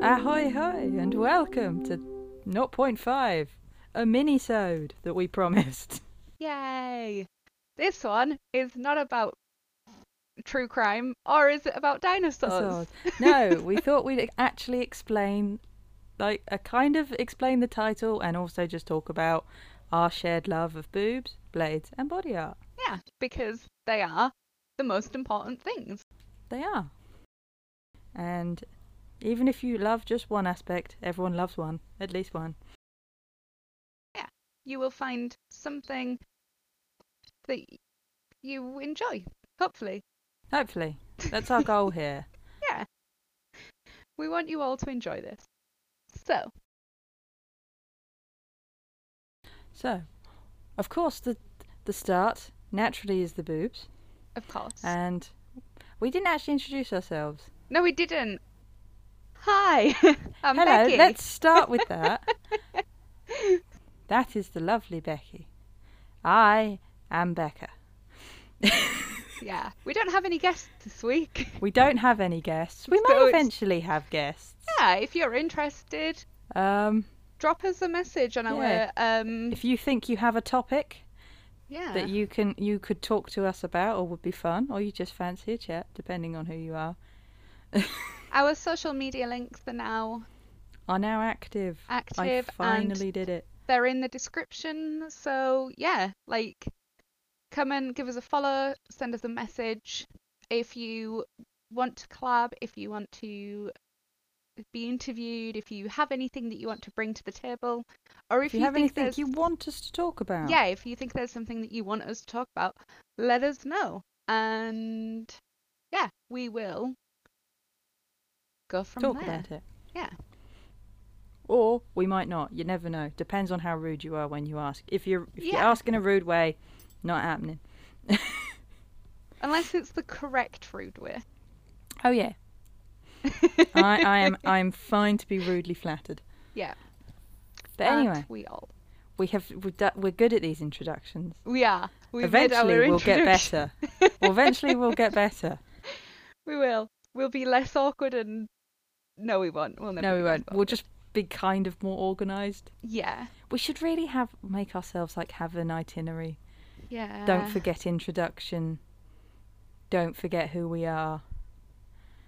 Ahoy hoy and welcome to 0.5, a mini-sode that we promised. Yay! This one is not about true crime, or is it about dinosaurs? No, we thought we'd actually explain, like, a kind of explain the title and also just talk about our shared love of boobs, blades, and body art. Yeah, because they are the most important things. They are. And even if you love just one aspect, everyone loves one, at least one. You will find something that y- you enjoy, hopefully. Hopefully. That's our goal here. We want you all to enjoy this. So, So, of course, the the start naturally is the boobs, of course. and we didn't actually introduce ourselves. no, we didn't. Hi, I'm Hello, Becky. let's start with that. that is the lovely Becky. I am Becca. Yeah, we don't have any guests this week. We don't have any guests. We may So it's- eventually have guests. Yeah, if you're interested, Um, drop us a message on Yeah. our um. if you think you have a topic Yeah. that you can you could talk to us about or would be fun, or you just fancy a chat, depending on who you are, Our social media links are now are now active. active I and finally did it. they're in the description. So yeah, like come and give us a follow, send us a message if you want to collab, if you want to be interviewed, if you have anything that you want to bring to the table, or if, If you, have think anything there's- you want us to talk about, yeah, if you think there's something that you want us to talk about, let us know, and yeah, we will go from talk there. about it. Yeah. Or we might not. You never know. Depends on how rude you are when you ask. If you're if you Yeah. ask in a rude way, not happening. Unless it's the correct rude way. Oh yeah. I, I am I am fine to be rudely flattered. Yeah. But Aren't anyway, we all we have we've do, we're good at these introductions. we are. We've made our eventually we'll get introduction. better. well, eventually we'll get better. We will. We'll be less awkward and no, we won't. We'll never. No, we be less won't. We'll awkward. just be kind of more organised. Yeah. We should really have make ourselves like have an itinerary. Yeah. Don't forget introduction. Don't forget who we are.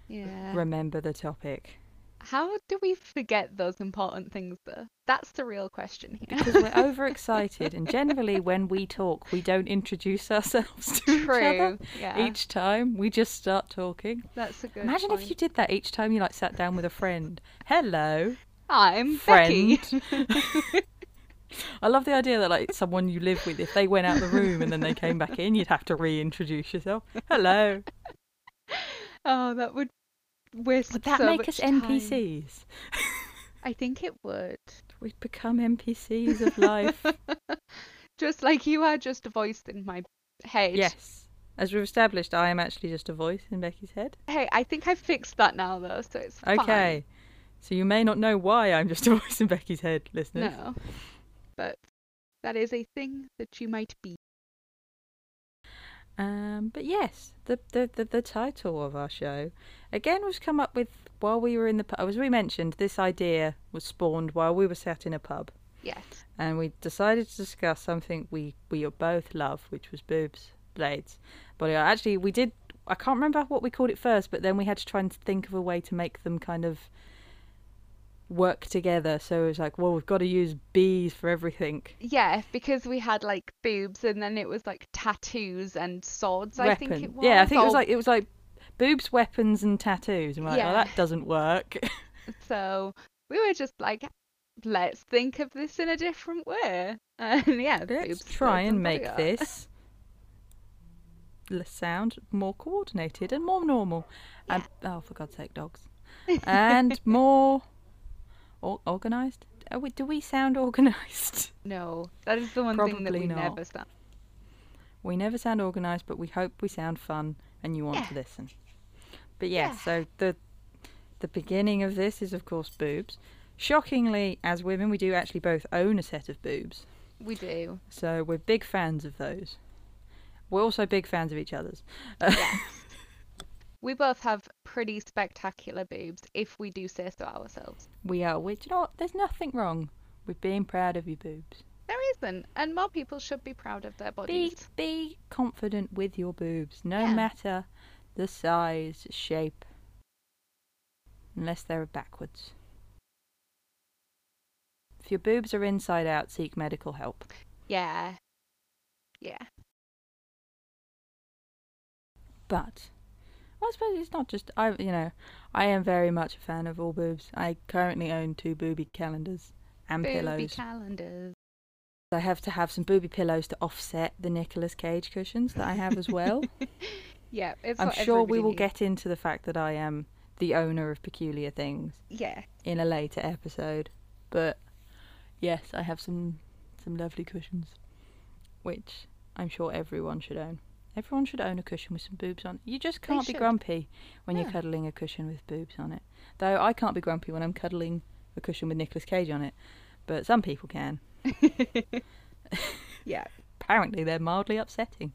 Yeah. Remember the topic. How do we forget those important things though? That's the real question here. Because we're overexcited, and generally, when we talk, we don't introduce ourselves to each True. other. Yeah. Each time, we just start talking. That's a good. Imagine if point. you did that each time you like sat down with a friend. Hello, I'm friend. Becky. I love the idea that like someone you live with, if they went out the room and then they came back in, you'd have to reintroduce yourself. Hello. Oh, that would waste Would that so make much us time. NPCs? I think it would. We'd become NPCs of life. Just like you are just a voice in my head. yes. As we've established, I am actually just a voice in Becky's head. Hey, I think I fixed that now though, so it's fine. Okay. So you may not know why I'm just a voice in Becky's head, listeners. No. But that is a thing that you might be. Um, but yes, the, the, the, the title of our show again was come up with while we were in the pub. As we mentioned, this idea was spawned while we were sat in a pub, Yes. and we decided to discuss something we we both love, which was boobs, blades, body art. Actually, we did. I can't remember what we called it first, but then we had to try and think of a way to make them kind of work together. So it was like, well, we've got to use bees for everything. Yeah, because we had like boobs and then it was like tattoos and swords, I think it was. Yeah, I think it was or- like it was like boobs, weapons, and tattoos. And we're like, well, Yeah. that doesn't work. So we were just like, let's think of this in a different way. And yeah, Let's boobs, try swords, and body make art. this l- sound more coordinated and more normal. And oh, for God's sake, dogs. And more or- organized. Are we, do we sound organized? No, that is the one thing that Probably we not. never stand. We never sound organised, but we hope we sound fun and you want Yeah. to listen. But yeah, Yeah. so the the beginning of this is of course boobs. Shockingly, as women, we do actually both own a set of boobs, We do. so we're big fans of those. We're also big fans of each other's. Yes. We both have pretty spectacular boobs, if we do say so ourselves. We are, which, you know what, there's nothing wrong with being proud of your boobs. There isn't, and more people should be proud of their Be, bodies. be confident with your boobs, no Yeah. matter the size, shape, unless they're backwards. If your boobs are inside out, seek medical help. Yeah. Yeah. But well, I suppose it's not just I. You know, I am very much a fan of all boobs. I currently own two booby calendars and Booby pillows. calendars. I have to have some booby pillows to offset the Nicolas Cage cushions that I have as well. Yeah, it's I'm what sure we everybody will needs. get into the fact that I am the owner of peculiar things Yeah. in a later episode. But yes, I have some some lovely cushions, which I'm sure everyone should own. Everyone should own a cushion with some boobs on. You just They can't be should. grumpy when No. you're cuddling a cushion with boobs on it. Though I can't be grumpy when I'm cuddling a cushion with Nicolas Cage on it, but some people can. Yeah. Apparently, they're mildly upsetting.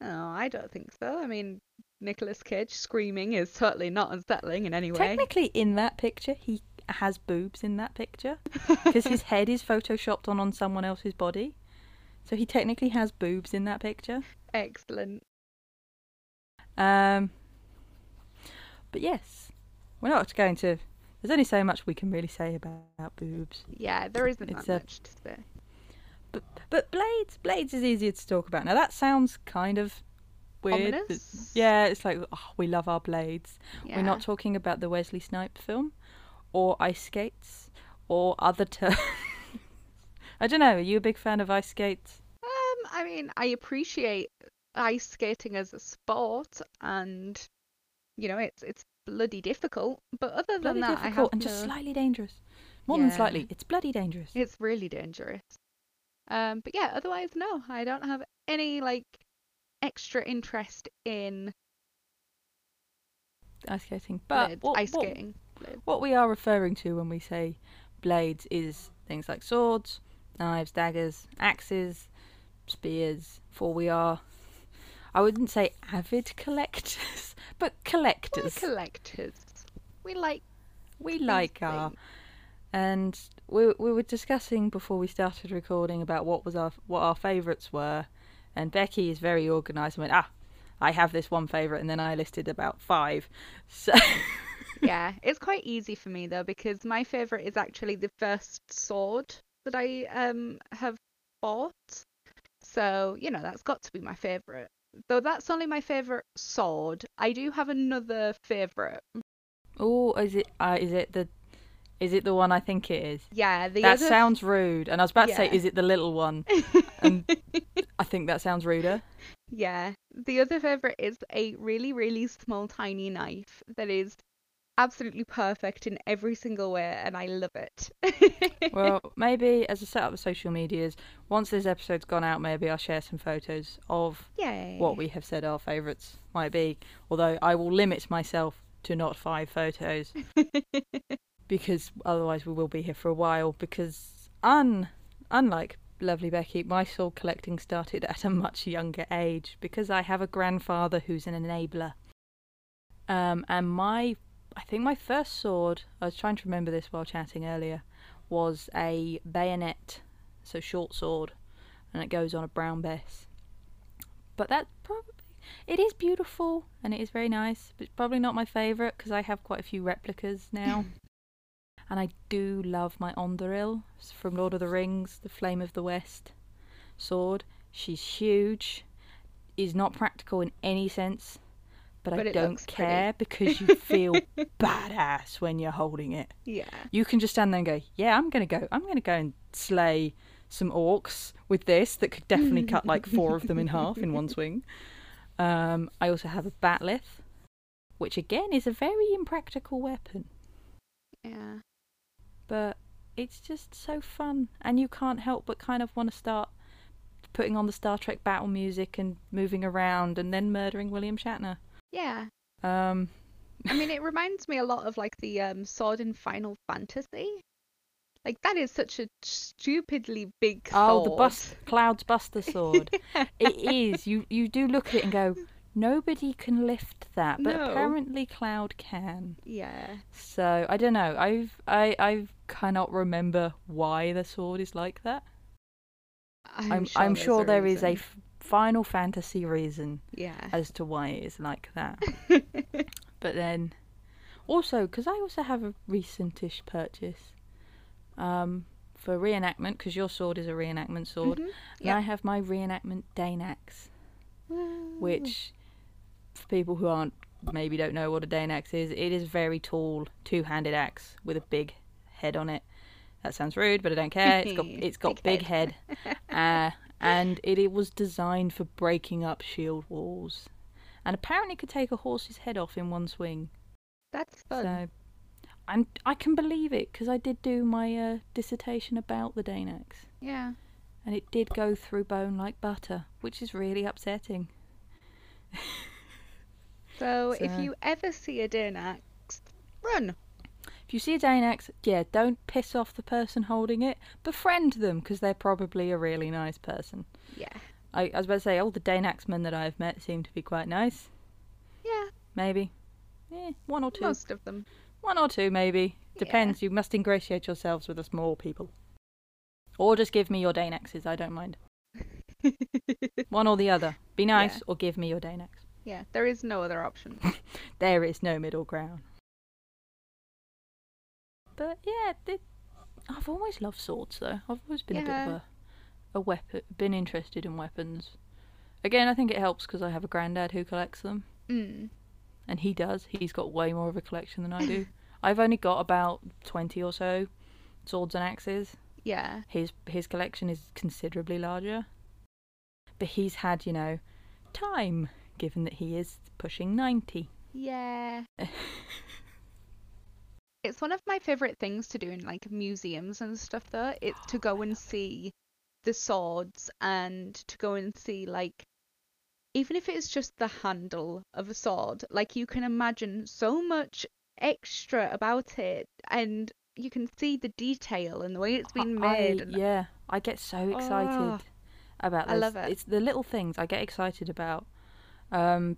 Oh, I don't think so. I mean, Nicolas Cage screaming is totally not unsettling in any way. Technically, in that picture, he has boobs in that picture because his head is photoshopped on on someone else's body. So he technically has boobs in that picture. Excellent. Um, but yes, we're not going to. There's only so much we can really say about, boobs. Yeah, there isn't It's that a- much to say. But but blades, blades is easier to talk about. Now that sounds kind of weird. but- Ominous? Yeah, it's like oh, we love our blades. We're not Yeah. talking about the Wesley Snipes film, or ice skates, or other terms. I don't know. Are you a big fan of ice skates? Um, I mean, I appreciate ice skating as a sport, and you know, it's it's bloody difficult. But other Bloody than that, I have difficult and just no- slightly dangerous. More than Yeah. slightly, it's bloody dangerous. It's really dangerous. Um, but yeah, otherwise, no, I don't have any like extra interest in Ice skating, but blades- what- ice what- skating. Blades. What we are referring to when we say blades is things like swords, knives, daggers, axes, spears, for we are, I wouldn't say avid collectors, but We're collectors. collectors. We like we these like uh, our. things. And we, we were discussing before we started recording about what was our what our favourites were, and Becky is very organised and went, ah, I have this one favourite, and then I listed about five. So yeah, it's quite easy for me though because my favorite is actually the first sword that I um have bought. So, you know, that's got to be my favorite. Though that's only my favorite sword. I do have another favorite. Oh, is it? Uh, is it the? Is it the one I think it is? Yeah, the that other sounds um, rude. And I was about to Yeah. say, is it the little one? And I think that sounds ruder. Yeah. The other favorite is a really, really small, tiny knife that is absolutely perfect in every single way, and I love it. Well, maybe as a setup of social medias, once this episode's gone out, maybe I'll share some photos of Yay. what we have said our favourites might be. Although I will limit myself to not five photos because otherwise we will be here for a while. Because un unlike lovely Becky, my soul collecting started at a much younger age because I have a grandfather who's an enabler. Um, and my I think my first sword I was trying to remember this while chatting earlier was a bayonet, so short sword, and it goes on a brown bess. But that's probably it is beautiful and it is very nice, but it's probably not my favourite because I have quite a few replicas now. And I do love my Onderil from Lord of the Rings, the Flame of the West sword. She's huge, is not practical in any sense, but, But I it don't looks pretty. care because you feel badass when you're holding it. Yeah. You can just stand there and go, "Yeah, I'm gonna go. I'm gonna go and slay some orcs with this that could definitely cut like four of them in half in one swing." Um, I also have a batlith, which again is a very impractical weapon Yeah. but it's just so fun and you can't help but kind of want to start putting on the star trek battle music and moving around and then murdering william shatner Yeah. um I mean, it reminds me a lot of like the um, sword in Final Fantasy. Like that is such a stupidly big oh the sword. bus clouds buster sword it is you you do look at it and go Nobody can lift that, but No. apparently Cloud can. Yeah. So I don't know. I've I I cannot remember why the sword is like that. I'm, I'm I'm sure, sure, there's there is a reason. f- Final Fantasy reason Yeah. as to why it is like that. But then, also because I also have a recentish purchase, um, for reenactment because your sword is a reenactment sword, Mhm. and I have my reenactment Danax, Woo. which for people who aren't maybe don't know what a Danax is, it is a very tall two-handed axe with a big head on it. That sounds rude, but I don't care. It's got it's got big, Big head, uh, and it, it was designed for breaking up shield walls, and apparently could take a horse's head off in one swing. That's fun. So, I'm I can believe it because I did do my uh, dissertation about the Danax, Yeah. and it did go through bone like butter, which is really upsetting. So, if So- you ever see a Danax, run. If you see a Danax, yeah, don't piss off the person holding it. Befriend them because they're probably a really nice person. Yeah. I, I was about to say all the Danax men that I've met seem to be quite nice. Yeah. Maybe, yeah, one or two, Most of them. one or two maybe. Yeah. Depends. You must ingratiate yourselves with the small people, or just give me your Danaxes. I don't mind. One or the other. Be nice Yeah. or give me your Danax. yeah. There is no other option. There is no middle ground. But yeah, they, I've always loved swords though. I've always been a bit of Yeah. a a weapon, been interested in weapons. Again, I think it helps because I have a granddad who collects them, Mm. and he does. He's got way more of a collection than I do. I've only got about twenty or so swords and axes. Yeah. his his collection is considerably larger. But he's had, you know, time, given that he is pushing ninety. Yeah. It's one of my favorite things to do in like museums and stuff though. It's to go and see the swords and to go and see like even if it's just the handle of a sword, like you can imagine so much extra about it and you can see the detail and the way it's been I- made. and- yeah, I get so excited Ah, about. I Those. love it. It's the little things I get excited about. Um,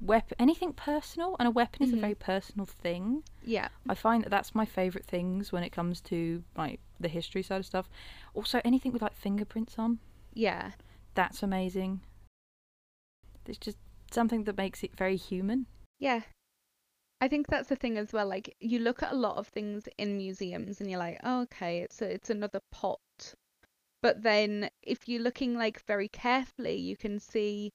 weapon, anything personal, and a weapon is a Mhm. very personal thing. yeah. I find that that's my favourite things when it comes to like the history side of stuff. Also, anything with like fingerprints on. Yeah. that's amazing. It's just something that makes it very human. Yeah. I think that's the thing as well. Like you look at a lot of things in museums and you're like, oh, okay, it's a, it's another pot. But then if you're looking like very carefully, you can see,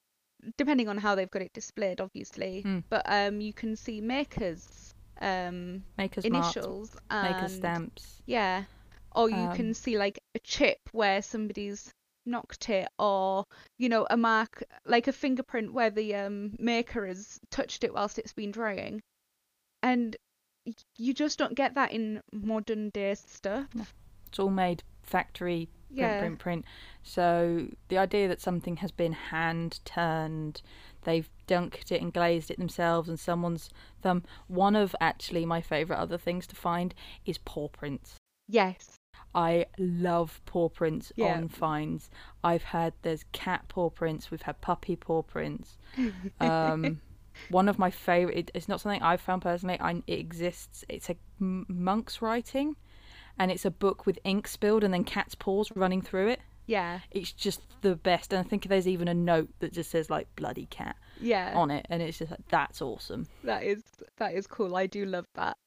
depending on how they've got it displayed, obviously, Hmm. but um, you can see makers, um, Maker's marks, initials and maker's stamps. yeah. Or you Um, can see like a chip where somebody's knocked it or, you know, a mark like a fingerprint where the um maker has touched it whilst it's been drying. And y- you just don't get that in modern day stuff. It's all made factory print, Yeah. print, print. So the idea that something has been hand turned, they've dunked it and glazed it themselves, and someone's thumb. One of actually my favourite other things to find is paw prints. Yes. I love paw prints Yeah. on finds. I've had there's cat paw prints. We've had puppy paw prints. Um, one of my favorite. It, it's not something I've found personally. I, it exists. It's a m- monk's writing, and it's a book with ink spilled and then cat's paws running through it. Yeah. It's just the best. And I think there's even a note that just says like "bloody cat" Yeah. on it, and it's just like that's awesome. That is that is cool. I do love that.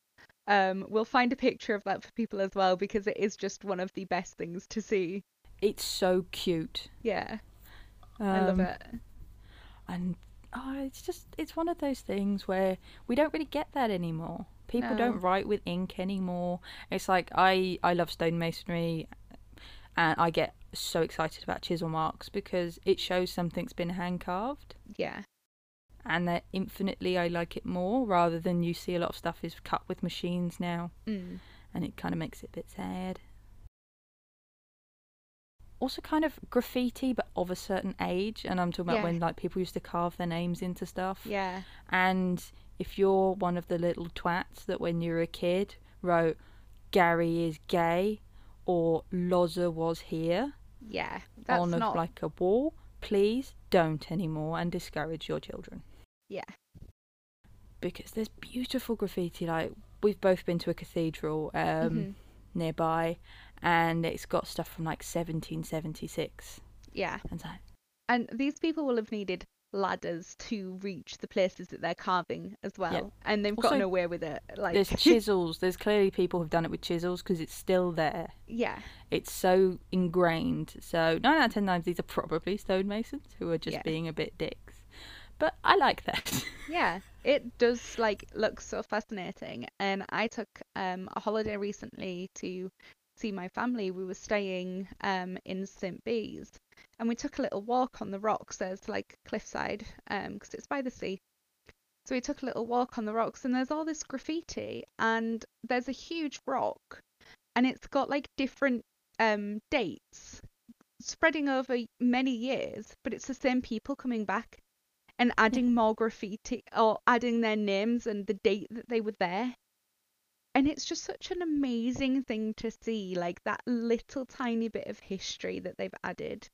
Um, we'll find a picture of that for people as well because it is just one of the best things to see. It's so cute. Yeah, I love Um, it. and oh, it's just it's one of those things where we don't really get that anymore. People No. don't write with ink anymore. It's like I I love stonemasonry, and I get so excited about chisel marks because it shows something's been hand carved, Yeah, and that infinitely I like it more rather than you see a lot of stuff is cut with machines now, mm. and it kind of makes it a bit sad. Also, kind of graffiti, but of a certain age, and I'm talking about Yeah. when like people used to carve their names into stuff. yeah. And if you're one of the little twats that when you were a kid wrote, Gary is gay or Loza was here Yeah, that's on a, not like a wall, please don't anymore and discourage your children. Yeah. Because there's beautiful graffiti. Like, we've both been to a cathedral um, Mhm. nearby, and it's got stuff from like 1776. Yeah. And it's like, And these people will have needed ladders to reach the places that they're carving as well. And they've Also, got nowhere with it. Like there's chisels. There's clearly people who've done it with chisels because it's still there. Yeah. It's so ingrained. So nine out of ten times these are probably stonemasons who are just Yeah. being a bit dicks. But I like that. Yeah, it does like look so fascinating. And I took um a holiday recently to see my family. We were staying um in St. Bees and we took a little walk on the rocks. There's like cliffside um because it's by the sea. So we took a little walk on the rocks and there's all this graffiti and there's a huge rock and it's got like different um dates spreading over many years, but it's the same people coming back and adding more graffiti or adding their names and the date that they were there. And it's just such an amazing thing to see, like that little tiny bit of history that they've added.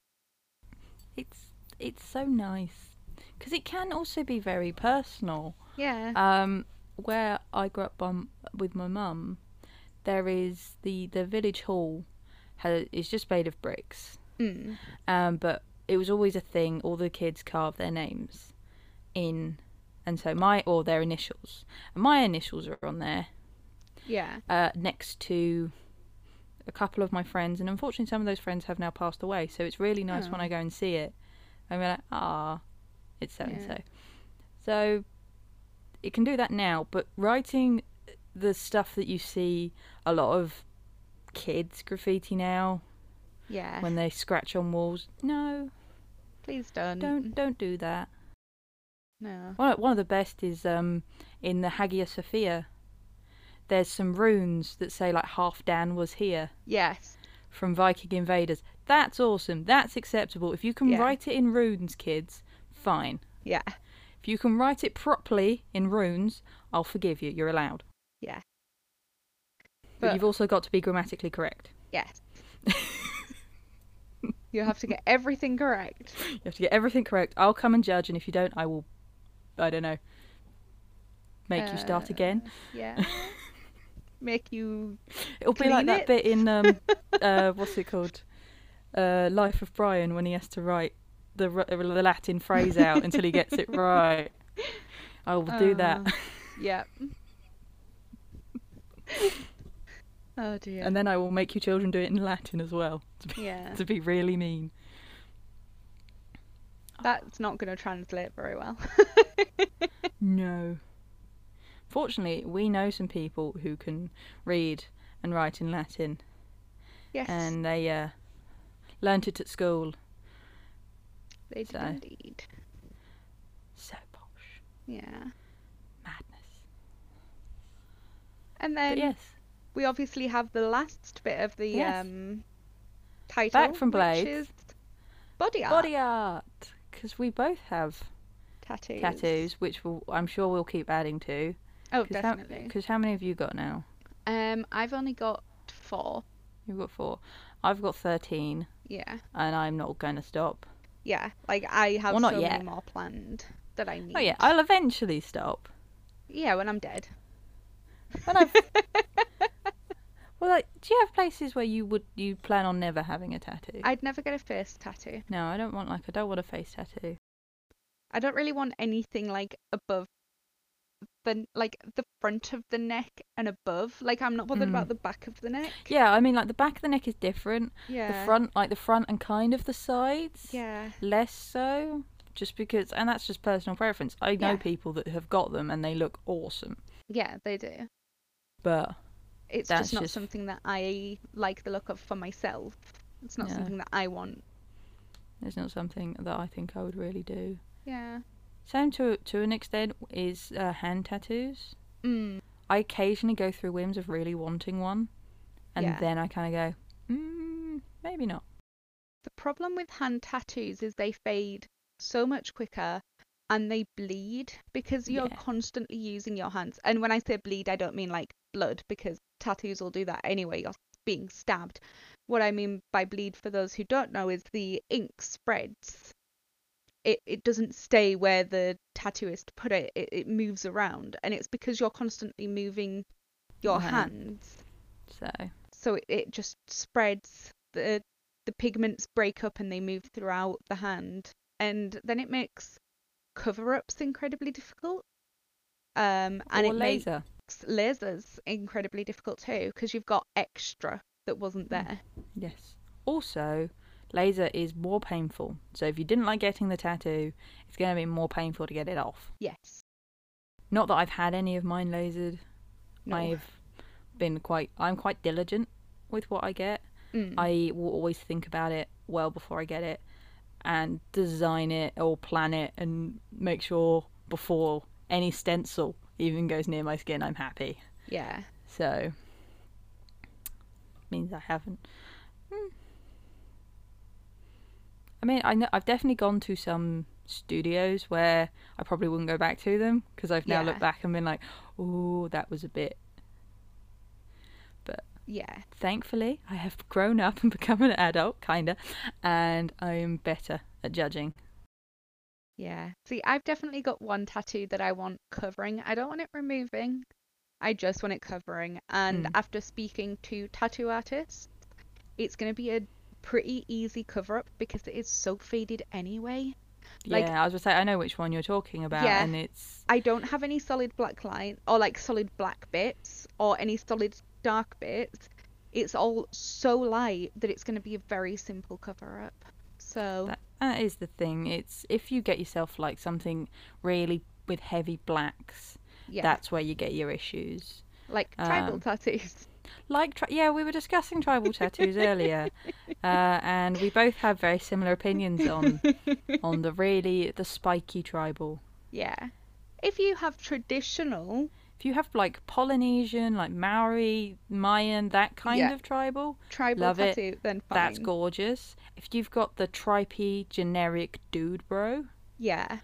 It's it's so nice because it can also be very personal. Yeah. Um, where I grew up on, with my mum, there is the the village hall. Has, is just made of bricks, Mm. um, but it was always a thing. All the kids carve their names in, and so my or their initials. And my initials are on there Yeah. uh, next to a couple of my friends, and unfortunately, some of those friends have now passed away. So it's really nice when Oh. I go and see it. I'm like, ah, it's so and so. Yeah. So it can do that now, but writing the stuff that you see a lot of kids graffiti now Yeah. when they scratch on walls. No, Please don't. don't don't do that. No. One one of the best is um, in the Hagia Sophia. There's some runes that say like half Dan was here. Yes. from Viking invaders. That's awesome. That's acceptable. If you can Yeah. write it in runes, kids, fine. Yeah. If you can write it properly in runes, I'll forgive you. You're allowed. Yeah. But, But- you've also got to be grammatically correct. Yes. You have to get everything correct. You have to get everything correct. I'll come and judge, and if you don't, I will, I don't know, make you start Uh, again. Yeah. Make you It'll be like clean that it. bit in um, uh, what's it called, uh, Life of Brian when he has to write the r- the Latin phrase out until he gets it right. I will do that, Yep. oh dear. and then I will make you children do it in Latin as well to be, yeah, to be really mean. that's not going to translate very well. No. Fortunately, we know some people who can read and write in Latin, yes, and they uh, learnt it at school. they did so. indeed. So posh, Yeah. madness. And But then yes, we obviously have the last bit of the Yes. um title from Blades. which is body art body art, because we both have tattoos. tattoos, which we'll, I'm sure we'll keep adding to. Oh, Cause how- definitely. 'cause how many have you got now? Um, I've only got four. You've got four. I've got 13, Yeah. and I'm not going to stop. Yeah. Like I have Well, not so yet. many more planned that I need. Oh, yeah, I'll eventually stop. Yeah, when I'm dead. When I've... well, like, do you have places where you would you plan on never having a tattoo? I'd never get a face tattoo. No, I don't want like I don't want a face tattoo. I don't really want anything like above the like the front of the neck and above. Like I'm not bothered Mm. about the back of the neck. Yeah, I mean like the back of the neck is different. Yeah. The front, like the front and kind of the sides. Yeah. less so just because and that's just personal preference i know Yeah. people that have got them and they look awesome Yeah, they do. but It's That's just not just- something that I like the look of for myself. It's not Yeah. something that I want. it's not something that i think i would really do Yeah. same to to an extent is uh, hand tattoos Mm. i occasionally go through whims of really wanting one and Yeah. then i kind of go mm, maybe not The problem with hand tattoos is they fade so much quicker and they bleed because you're Yeah. constantly using your hands. And when I say bleed, I don't mean like blood because tattoos will do that anyway. You're being stabbed. What I mean by bleed, for those who don't know, is the ink spreads it, it doesn't stay where the tattooist put it. it. It moves around, and it's because you're constantly moving your Right. hands, So so it, it just spreads. the The pigments break up and they move throughout the hand, and then it makes cover-ups incredibly difficult. Um, or and it makes laser. makes lasers incredibly difficult too because you've got extra that wasn't Hmm. there. Yes. Also, laser is more painful. So if you didn't like getting the tattoo, it's going to be more painful to get it off. Yes. Not that I've had any of mine lasered. No. I've been quite I'm quite diligent with what I get. Mm. I will always think about it well before I get it and design it or plan it and make sure before any stencil even goes near my skin I'm happy. Yeah. So means I haven't. Hmm. I mean, I know I've definitely gone to some studios where I probably wouldn't go back to them because I've now Yeah. looked back and been like, "Oh, that was a bit." Yeah. Thankfully, I have grown up and become an adult, kinda, and I am better at judging. Yeah. See, I've definitely got one tattoo that I want covering. I don't want it removing. I just want it covering. And Mm. after speaking to tattoo artists, it's going to be a pretty easy cover up because it is so faded anyway. Like- yeah, I was gonna say I know which one you're talking about, Yeah. and it's I don't have any solid black line or like solid black bits or any solid dark bits. It's all so light that it's going to be a very simple cover up. So That, that is the thing. It's if you get yourself like something really with heavy blacks, yeah, that's where you get your issues. like tribal um, tattoos. Like, tri- yeah, we were discussing tribal tattoos earlier, uh, and we both have very similar opinions on on the really the spiky tribal. Yeah. If you have traditional If you have like Polynesian, like Maori, Mayan, that kind Yeah. of tribal, tribal Love it. tattoo, then fine. that's gorgeous. If you've got the tripey generic dude bro, Yeah.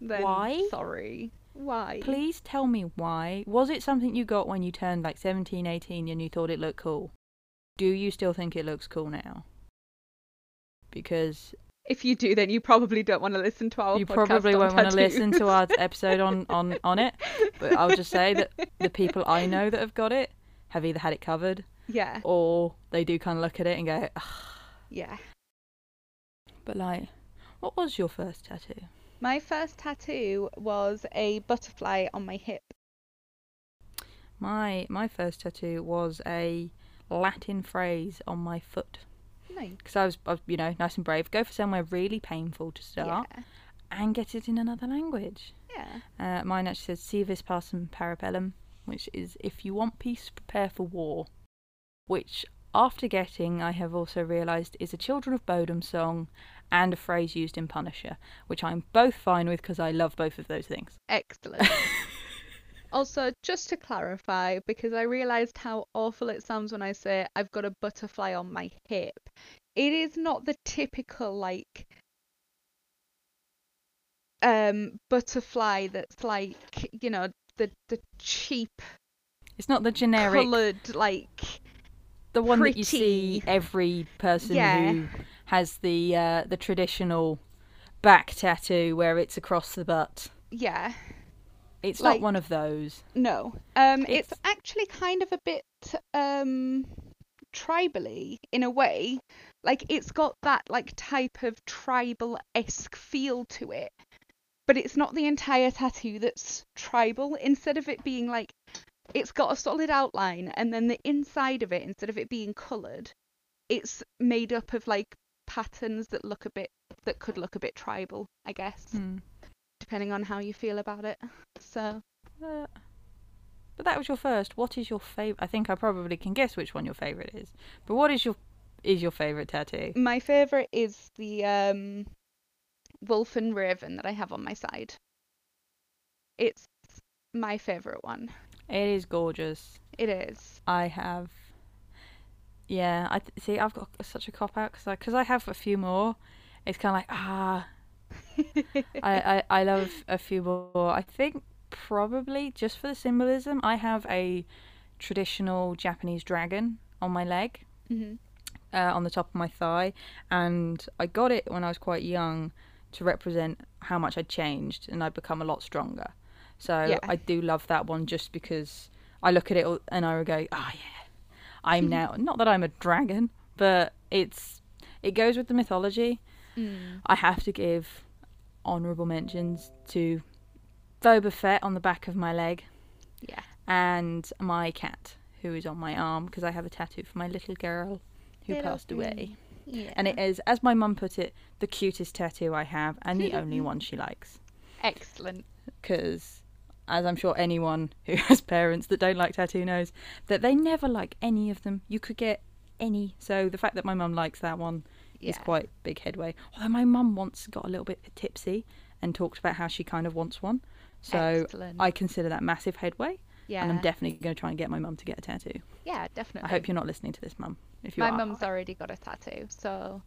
Then Why? Sorry. Why? Please tell me why. Was it something you got when you turned like 17, 18 and you thought it looked cool? Do you still think it looks cool now? Because If you do, then you probably don't want to listen to our you podcast probably on won't want to listen to tattoos. our episode on, on, on it, but I'll just say that the people I know that have got it have either had it covered Yeah. or they do kind of look at it and go, "Ugh." Yeah. but like, what was your first tattoo? My first tattoo was a butterfly on my hip. My my first tattoo was a Latin phrase on my foot. Nice. because I was, I was, you know, nice and brave. Go for somewhere really painful to start Yeah. and get it in another language. Yeah. Uh, mine actually says "Si vis pacem parabellum," which is "If you want peace, prepare for war," which, after getting, I have also realised is a Children of Bodom song and a phrase used in Punisher, which I'm both fine with because I love both of those things. Excellent. also, just to clarify, because I realised how awful it sounds when I say I've got a butterfly on my hip, it is not the typical, like, um, butterfly that's like, you know, the, the cheap, It's not the generic, coloured, like, the one that you see pretty. every person Yeah. who has the uh, the traditional back tattoo where it's across the butt. yeah. It's Like- not one of those. No. Um, it's, It's- actually kind of a bit um tribally in a way. Like it's got that like type of tribal-esque feel to it. But it's not the entire tattoo that's tribal. Instead of it being like it's got a solid outline and then the inside of it, instead of it being coloured, it's made up of like patterns that look a bit that could look a bit tribal, I guess, Hmm. depending on how you feel about it. So Uh, but that was your first. What is your favorite? I think I probably can guess which one your favorite is. But what is your is your favorite tattoo? My favorite is the um, wolf and raven that I have on my side. It's my favorite one. It is gorgeous. It is. I have. Yeah, I th- see. I've got such a cop out because I, 'cause I have a few more. It's kind of like ah, I, I I love a few more. I think probably just for the symbolism, I have a traditional Japanese dragon on my leg. Mhm. uh, on the top of my thigh, and I got it when I was quite young to represent how much I changed and I've become a lot stronger. So Yeah. I do love that one just because I look at it all- and I go, oh yeah, I'm now not that I'm a dragon, but it's it goes with the mythology. I have to give honourable mentions to Boba Fett on the back of my leg Yeah. and my cat who is on my arm because I have a tattoo for my little girl who Little passed away. Yeah. And it is, as my mum put it, the cutest tattoo I have and the only one she likes. Excellent. Because, as I'm sure anyone who has parents that don't like tattoo knows, that they never like any of them. You could get any. So the fact that my mum likes that one is Yeah. quite big headway. Although my mum once got a little bit tipsy and talked about how she kind of wants one. So Excellent. I consider that massive headway. Yeah. And I'm definitely going to try and get my mum to get a tattoo. yeah, I definitely. hope you're not listening to this, mum. If you My are, mum's already got a tattoo, so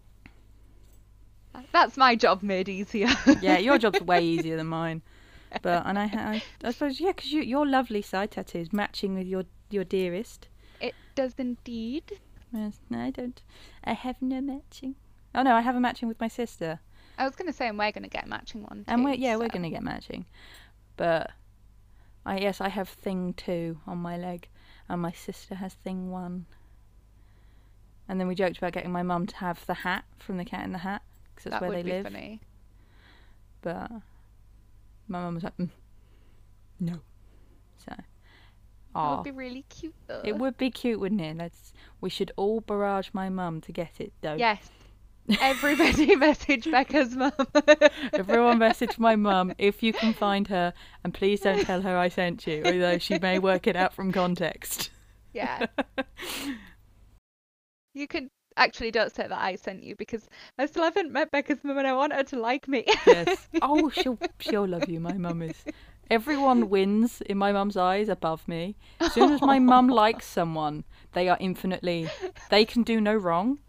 that's my job made easier. yeah, your job's way easier than mine. But and I, I, I suppose yeah, because you, your lovely side tattoos matching with your your dearest. it does indeed. Whereas, no, I don't. I have no matching. Oh no, I have a matching with my sister, I was gonna say, and we're gonna get matching one. and too, we're yeah, we're so- gonna get matching. But I yes, I have thing two on my leg, and my sister has thing one. And then we joked about getting my mum to have the hat from the Cat in the Hat because that's that where would they be live. funny. but my mum was like, mm, no. So, That ah, would be really cute. Though. it would be cute, wouldn't it? Let's. We should all barrage my mum to get it, though. Yes. Everybody message Becca's mum. Everyone message my mum if you can find her, and please don't tell her I sent you, although she may work it out from context. yeah. You can actually don't say that I sent you because I still haven't met Becca's mum and I want her to like me. yes. Oh, she'll she'll love you. My mum is. Everyone wins in my mum's eyes above me. As soon as my mum likes someone, they are infinitely. They can do no wrong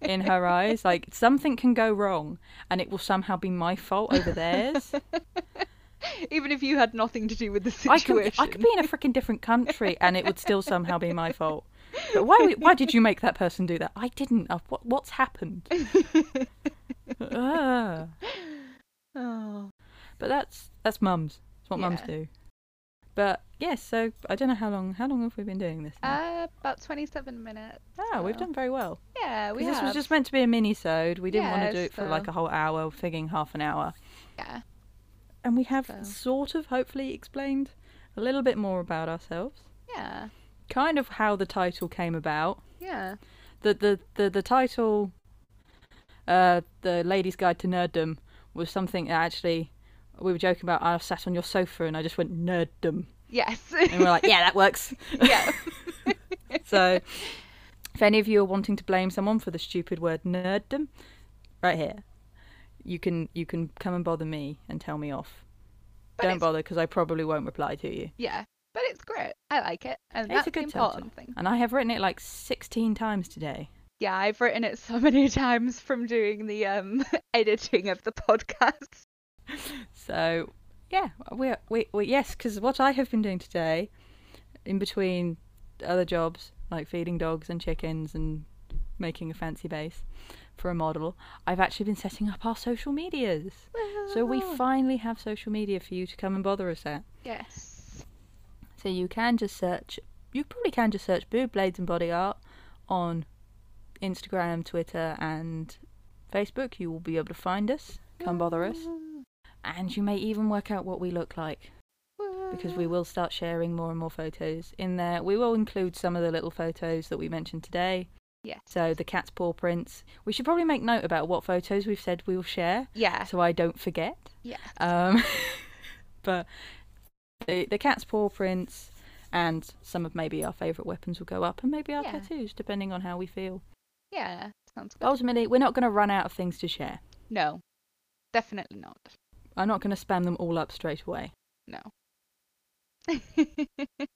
in her eyes. Like something can go wrong, and it will somehow be my fault over theirs. Even if you had nothing to do with the I could, situation. I could be in a freaking different country, and it would still somehow be my fault. But why would- why did you make that person do that? I didn't. Uh, What what's happened? Ah. Oh. But that's that's mums. That's what mums Yeah. do. But yes, so I don't know how long how long have we been doing this? Now? Uh, about 27 minutes. Ah, we've done very well. Yeah, we 'Cause this have. was just meant to be a mini-sode. We didn't want Yeah, to do it for like so- a whole hour, figuring half an hour. Yeah. And we have So- sort of hopefully explained a little bit more about ourselves, Yeah. kind of how the title came about. Yeah. The the the, the title, uh, the Ladies' Guide to Nerddom, was something that actually we were joking about. I sat on your sofa and I just went nerddom, Yes. and we we're like, yeah, that works. yeah. So, if any of you are wanting to blame someone for the stupid word nerddom, right here, you can you can come and bother me and tell me off. But Don't it's- bother because I probably won't reply to you. Yeah. But it's great. I like it. And It's that's a the good important title. thing. and I have written it like sixteen times today. Yeah, I've written it so many times from doing the um editing of the podcast. So, yeah, we we, we yes, because what I have been doing today, in between other jobs like feeding dogs and chickens and making a fancy base for a model, I've actually been setting up our social medias. So we Wow. finally have social media for you to come and bother us at. Yes. So you can just search, you probably can just search Boob Blades and Body Art on Instagram, Twitter, and Facebook. You will be able to find us, come bother us, and you may even work out what we look like because we will start sharing more and more photos in there. We will include some of the little photos that we mentioned today. Yes. So the cat's paw prints. We should probably make note about what photos we've said we will share Yeah. so I don't forget. Yeah. Um, but the, the cat's paw prints and some of maybe our favourite weapons will go up and maybe our Yeah. tattoos, depending on how we feel. Yeah. Sounds But good. ultimately, we're not going to run out of things to share. No. Definitely not. I'm not going to spam them all up straight away. No.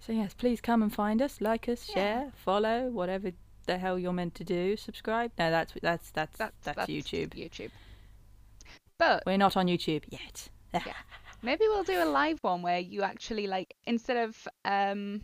So, yes, please come and find us, like us, Yeah. share, follow, whatever the hell you're meant to do, subscribe. No, that's that's that's that's, that's, YouTube. YouTube. But We're not on YouTube yet. Maybe we'll do a live one where you actually like instead of um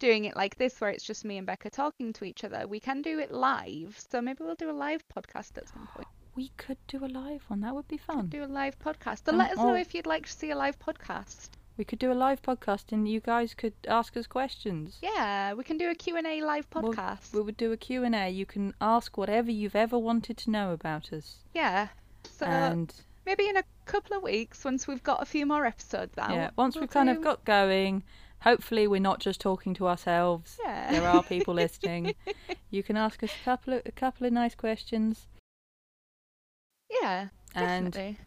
doing it like this where it's just me and Becca talking to each other, we can do it live. So maybe we'll do a live podcast at some point. we could do a live one. That would be fun. Do a live podcast. Then Um, let us know oh. if you'd like to see a live podcast. We could do a live podcast, and you guys could ask us questions. Yeah, we can do a Q&A live We'll- podcast. We would do a Q and A. You can ask whatever you've ever wanted to know about us, yeah. So uh, and maybe in a couple of weeks, once we've got a few more episodes out. yeah, once we'll we've kind of do- got going, hopefully we're not just talking to ourselves. Yeah. There are people listening. You can ask us a couple of a couple of nice questions, yeah, and definitely.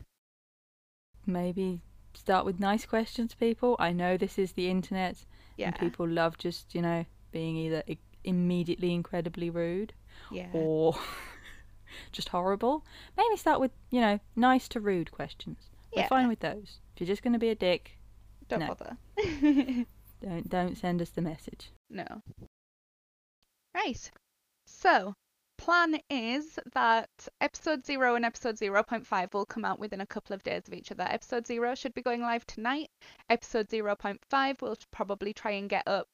maybe start with nice questions, people. I know this is the internet, Yeah. and people love just you know being either i- immediately incredibly rude yeah. or just horrible. Maybe start with you know nice to rude questions. Yeah. We're fine with those. If you're just going to be a dick, Don't no. bother. don't don't send us the message. no. Right. So, plan is that episode 0 and episode 0.5 will come out within a couple of days of each other. Episode 0 should be going live tonight. Episode 0.5 we'll probably try and get up,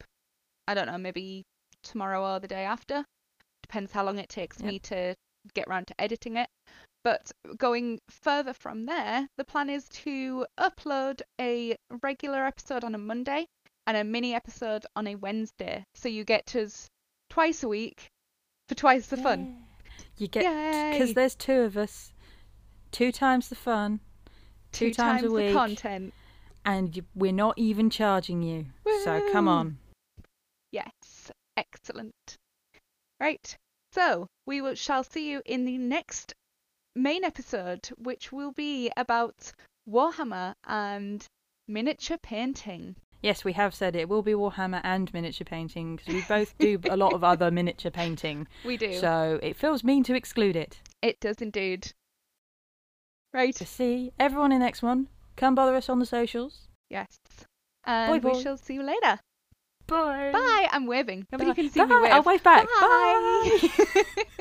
I don't know, maybe tomorrow or the day after. Depends how long it takes Yep. me to get round to editing it. But going further from there, the plan is to upload a regular episode on a Monday and a mini episode on a Wednesday. So you get us twice a week for twice the fun. You get because Yay. there's two of us, two times the fun, two, times, a the week, content. and you, we're not even charging you. So come Woo. on. Yes. Excellent. Right. So we will shall see you in the next main episode, which will be about Warhammer and miniature painting. Yes, we have said it. will be Warhammer and miniature painting because we both do a lot of other miniature painting. We do. So it feels mean to exclude it. It does indeed. Right. To see everyone in the next one, come bother us on the socials. Yes. And bye. we shall see you later. Bye. Bye. I'm waving. Nobody Bye. can see me Bye. wave. I'll wave back. Bye.